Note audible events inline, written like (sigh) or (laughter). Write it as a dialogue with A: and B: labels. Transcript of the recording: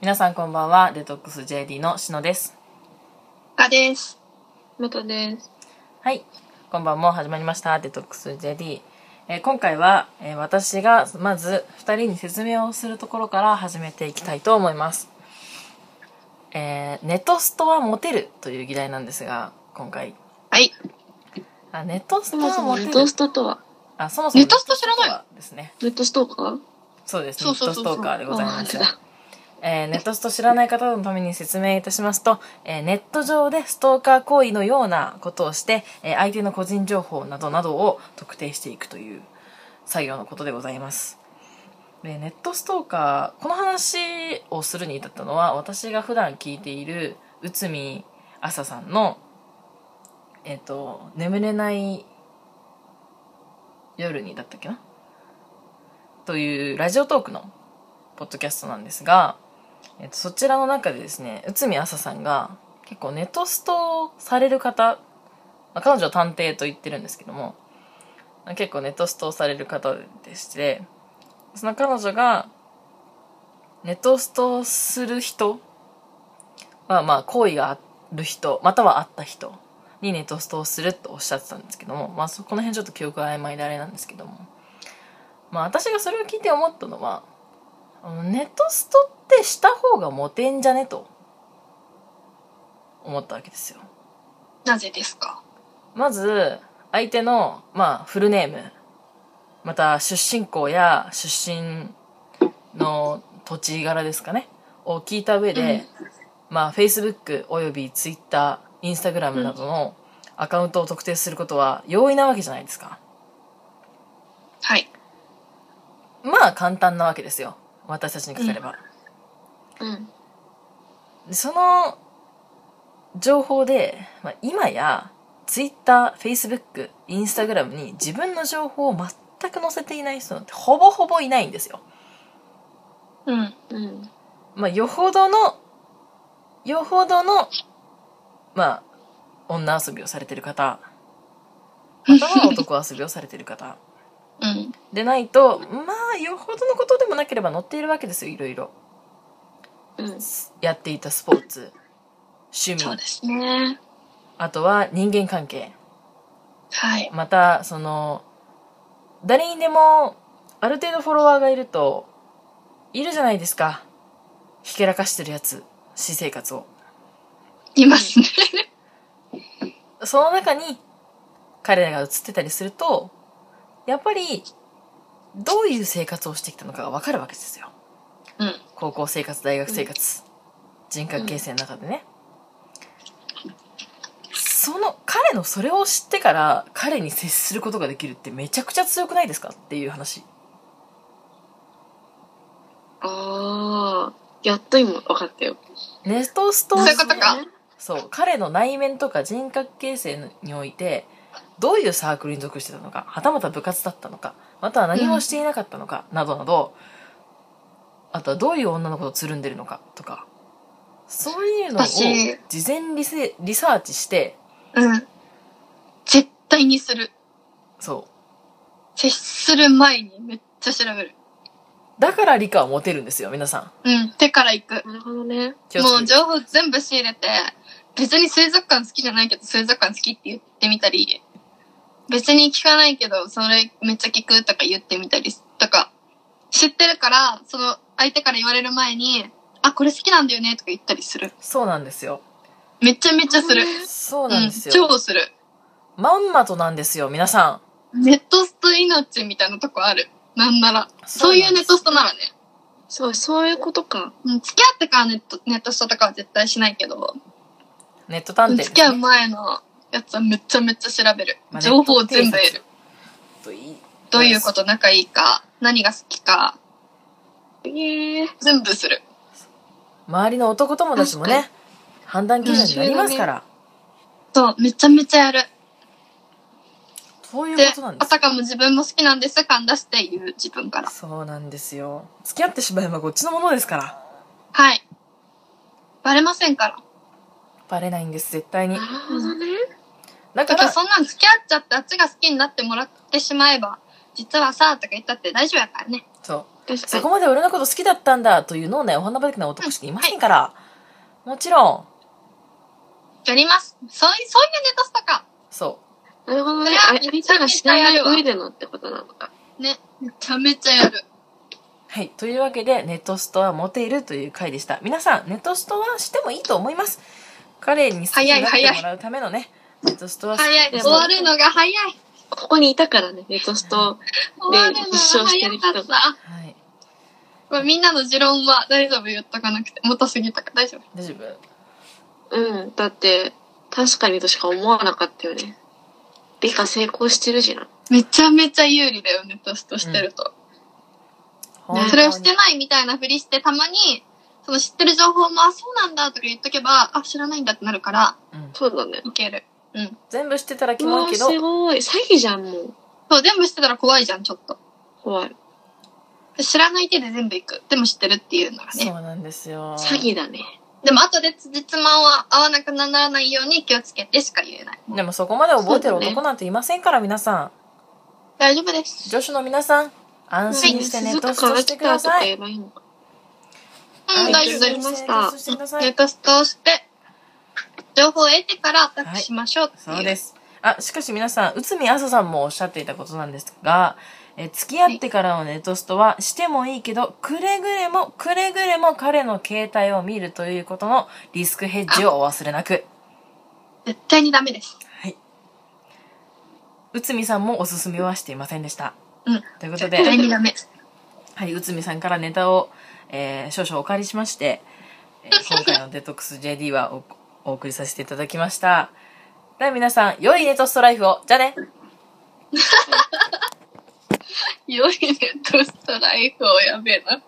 A: 皆さんこんばんは、デトックス JD のしのです。
B: かです。むとです。
A: はい、こんばんも始まりました、デトックス JD。えー今回は、えー私がまず2人に説明をするところから始めていきたいと思います。えーネトストはモテるという議題なんですが、今回。
B: はい。
A: あ、ネトス
B: そ
A: ト
B: も
A: は
B: そも
A: モテ
B: ネ
A: る。
B: トストとは、
A: あ、そもそも
B: ネトスト知らな
A: ネト
B: い
A: ストとはですね。
B: ネットストーカー
A: そうです、
B: そ
A: ネッ
B: うそう
A: ト
B: そ
A: ス
B: うそう。
A: トーカーでございます
B: あー。
A: えーネットスト知らない方のために説明いたしますと、えーネット上でストーカー行為のようなことをして、えー相手の個人情報などなどを特定していくという作業のことでございます。でネットストーカーこの話をするに至ったのは私が普段聞いている内海朝さんの「えっ、と眠れない夜に」だったっけなというラジオトークのポッドキャストなんですが、えっと、そちらの中でですね内海朝さんが結構ネトストされる方、まあ彼女は探偵と言ってるんですけども結構ネトストされる方でしてその彼女がネトストする人まあまあ好意がある人またはあった人にネトストをするとおっしゃってたんですけどもまあそこの辺ちょっと記憶が曖昧であれなんですけどもまあ私がそれを聞いて思ったのはあのネトストってした方がモテんじゃねと思ったわけですよ
B: なぜですか
A: まず相手の、まあ、フルネームまた出身校や出身の土地柄ですかねを聞いた上で、まあ Facebook および Twitter インスタグラムなどのアカウントを特定することは容易なわけじゃないですか
B: はい。
A: まあ簡単なわけですよ私たちにかかれば、
B: うん。
A: でその情報で、まあ、今や Twitter、Facebook、Instagram に自分の情報を全く載せていない人なんてほぼほぼいないんですよ。
B: うん。うん。
A: まあ、よほどの、よほどの、まあ、女遊びをされてる方、または男遊びをされてる方。
B: うん。
A: でないと、まあ、よほどのことでもなければ載っているわけですよ、いろいろ。
B: うん。
A: やっていたスポーツ、趣
B: そう
A: 味、
B: ですね。
A: あとは人間関係。
B: はい。
A: またその誰にでもある程度フォロワーがいるといるじゃないですかひけらかしてるやつ私生活を
B: いますね。
A: その中に彼らが映ってたりするとやっぱりどういう生活をしてきたのかが分かるわけですよ
B: うん。
A: 高校生活大学生活、人格形成の中でね、その彼のそれを知ってから彼に接することができるってめちゃくちゃ強くないですかっていう話
B: ああ。やっと今分かったよ。
A: ネトスト
B: そう
A: を
B: いうことか。
A: そう彼の内面とか人格形成においてどういうサークルに属してたのかはたまた部活だったのかまたは何もしていなかったのか、などなどあとはどういう女の子とつるんでるのかとかそういうのを事
B: 私
A: 前リセリサーチして
B: うん。絶対にする。
A: そ
B: 接する前にめっちゃ調べる。
A: うだから理科はモテるんですよ皆さん
B: うん。手から行く。なるほどね。
A: 気をつけて
B: もう情報全部仕入れて、別に水族館好きじゃないけど水族館好きって言ってみたり、別に聞かないけどそれめっちゃ聞くとか言ってみたりとか、知ってるから、その相手から言われる前に、あ、これ好きなんだよねとか言ったりする。
A: そうなんですよ
B: めちゃめちゃする。
A: そう
B: う
A: なん
B: ん、
A: ですよ、
B: 超する。
A: まんまとなんですよ皆さん
B: ネットスト命みたいなとこある。なんなら。そういうネットストならね。そう、そういうことか。うん、付き合ってからネット、ネットストとかは絶対しないけど。
A: ネット探偵です
B: 付き合う前のやつはめちゃめちゃ調べる
A: ま。あ
B: 情報を全部
A: ネット偵。
B: 得る
A: 察といい
B: どういうこと仲いいか、何が好きか。全部する。
A: 周りの男友達もね判断基準になりますから、
B: そう、めちゃめちゃやる。
A: そういう
B: で
A: ことなん、で
B: あ
A: す
B: たかも自分も好きなんです、感出して言う自分から。
A: そうなんですよ付き合ってしまえばこっちのものですから
B: はい。バレませんから。
A: バレないんです絶対に
B: だ
A: だか
B: から
A: ら
B: そんなん付き合っちゃってあっちが好きになってもらってしまえば、実はさ、とか言ったって大丈夫やからね。
A: そう。
B: 確か
A: そ
B: に
A: こ。まで俺のこと好きだったんだという脳内お花畑な男しかいませんから、もちろん、
B: やります。そういう、そういうネタスタか。
A: そ
C: なるほどね。
B: そ
C: あ
B: れは
C: やりたがしない上でのってことなのか。
B: ね。めちゃめちゃやる。
A: う。はい。というわけで、ネットストはモテるという回でした。皆さん、ネットストはしてもいいと思います。彼に好きになってもらうためのね、ネットストは
B: 早い。
A: で
B: 終
A: も
B: わるのが早い。
C: ここにいたからね、ネトスト。
B: 終わるのが早かった。
A: はい。
B: これみんなの持論は大丈夫言っとかなくて。もたすぎたから大丈夫。
A: 大丈夫
C: うん。だって、確かにとしか思わなかったよね。理科成功してるじゃん。
B: めちゃめちゃ有利だよね、トストしてると。
A: 本当に
B: それをしてないみたいなふりして、たまに、その知ってる情報も、あ、そうなんだとか言っとけば、あ、知らないんだってなるから、
A: うん
C: そうだね。
B: いける。うん。
A: 全部してたらキ
C: う
A: モ
C: わ
A: い
C: ー
A: け
C: す
A: ど、
C: ごい。詐欺じゃん、もう。
B: そう、全部知ってたら怖いじゃん、ちょっと。
C: 怖い。
B: 知らない手で全部いく。でも知ってるっていうのが
A: そう
B: ね。
A: なんですよ。
C: 詐欺だね。
B: でも後で辻褄は合わなくならないように気をつけてしか言えない。
A: でもそこまで覚えてる男なんていませんから、皆さん。
B: 大丈夫です。
A: 女子の皆さん、安心してネットストしてくだ
C: 鈴鹿
A: さ
C: から来たとか言
A: い。
C: えばいいのか
B: うん、
C: い
B: 大丈夫です
C: り。まし
A: 安
C: た
A: 心してネットしてくださ
B: ネ
A: い
B: ットストをして、情報を得てからアタックしましょうっていう。
A: そうです。あ、しかし皆さん、内海朝さんもおっしゃっていたことなんですが、え付き合ってからのネトストはしてもいいけど、くれぐれも、くれぐれも彼の携帯を見るということのリスクヘッジをお忘れなく。
B: 絶対にダメです。
A: はい。内海さんもおすすめはしていませんでした。
B: うん。
A: ということ
B: 絶
A: で、
B: 対にダ (laughs) メ。
A: はい、内海さんからネタを、えー少々お借りしまして、えー今回のデトックス JD はおお送りさせていただきました。では皆さん、良いネトストライフをじゃあね
B: 良いネットストライフをやべえな。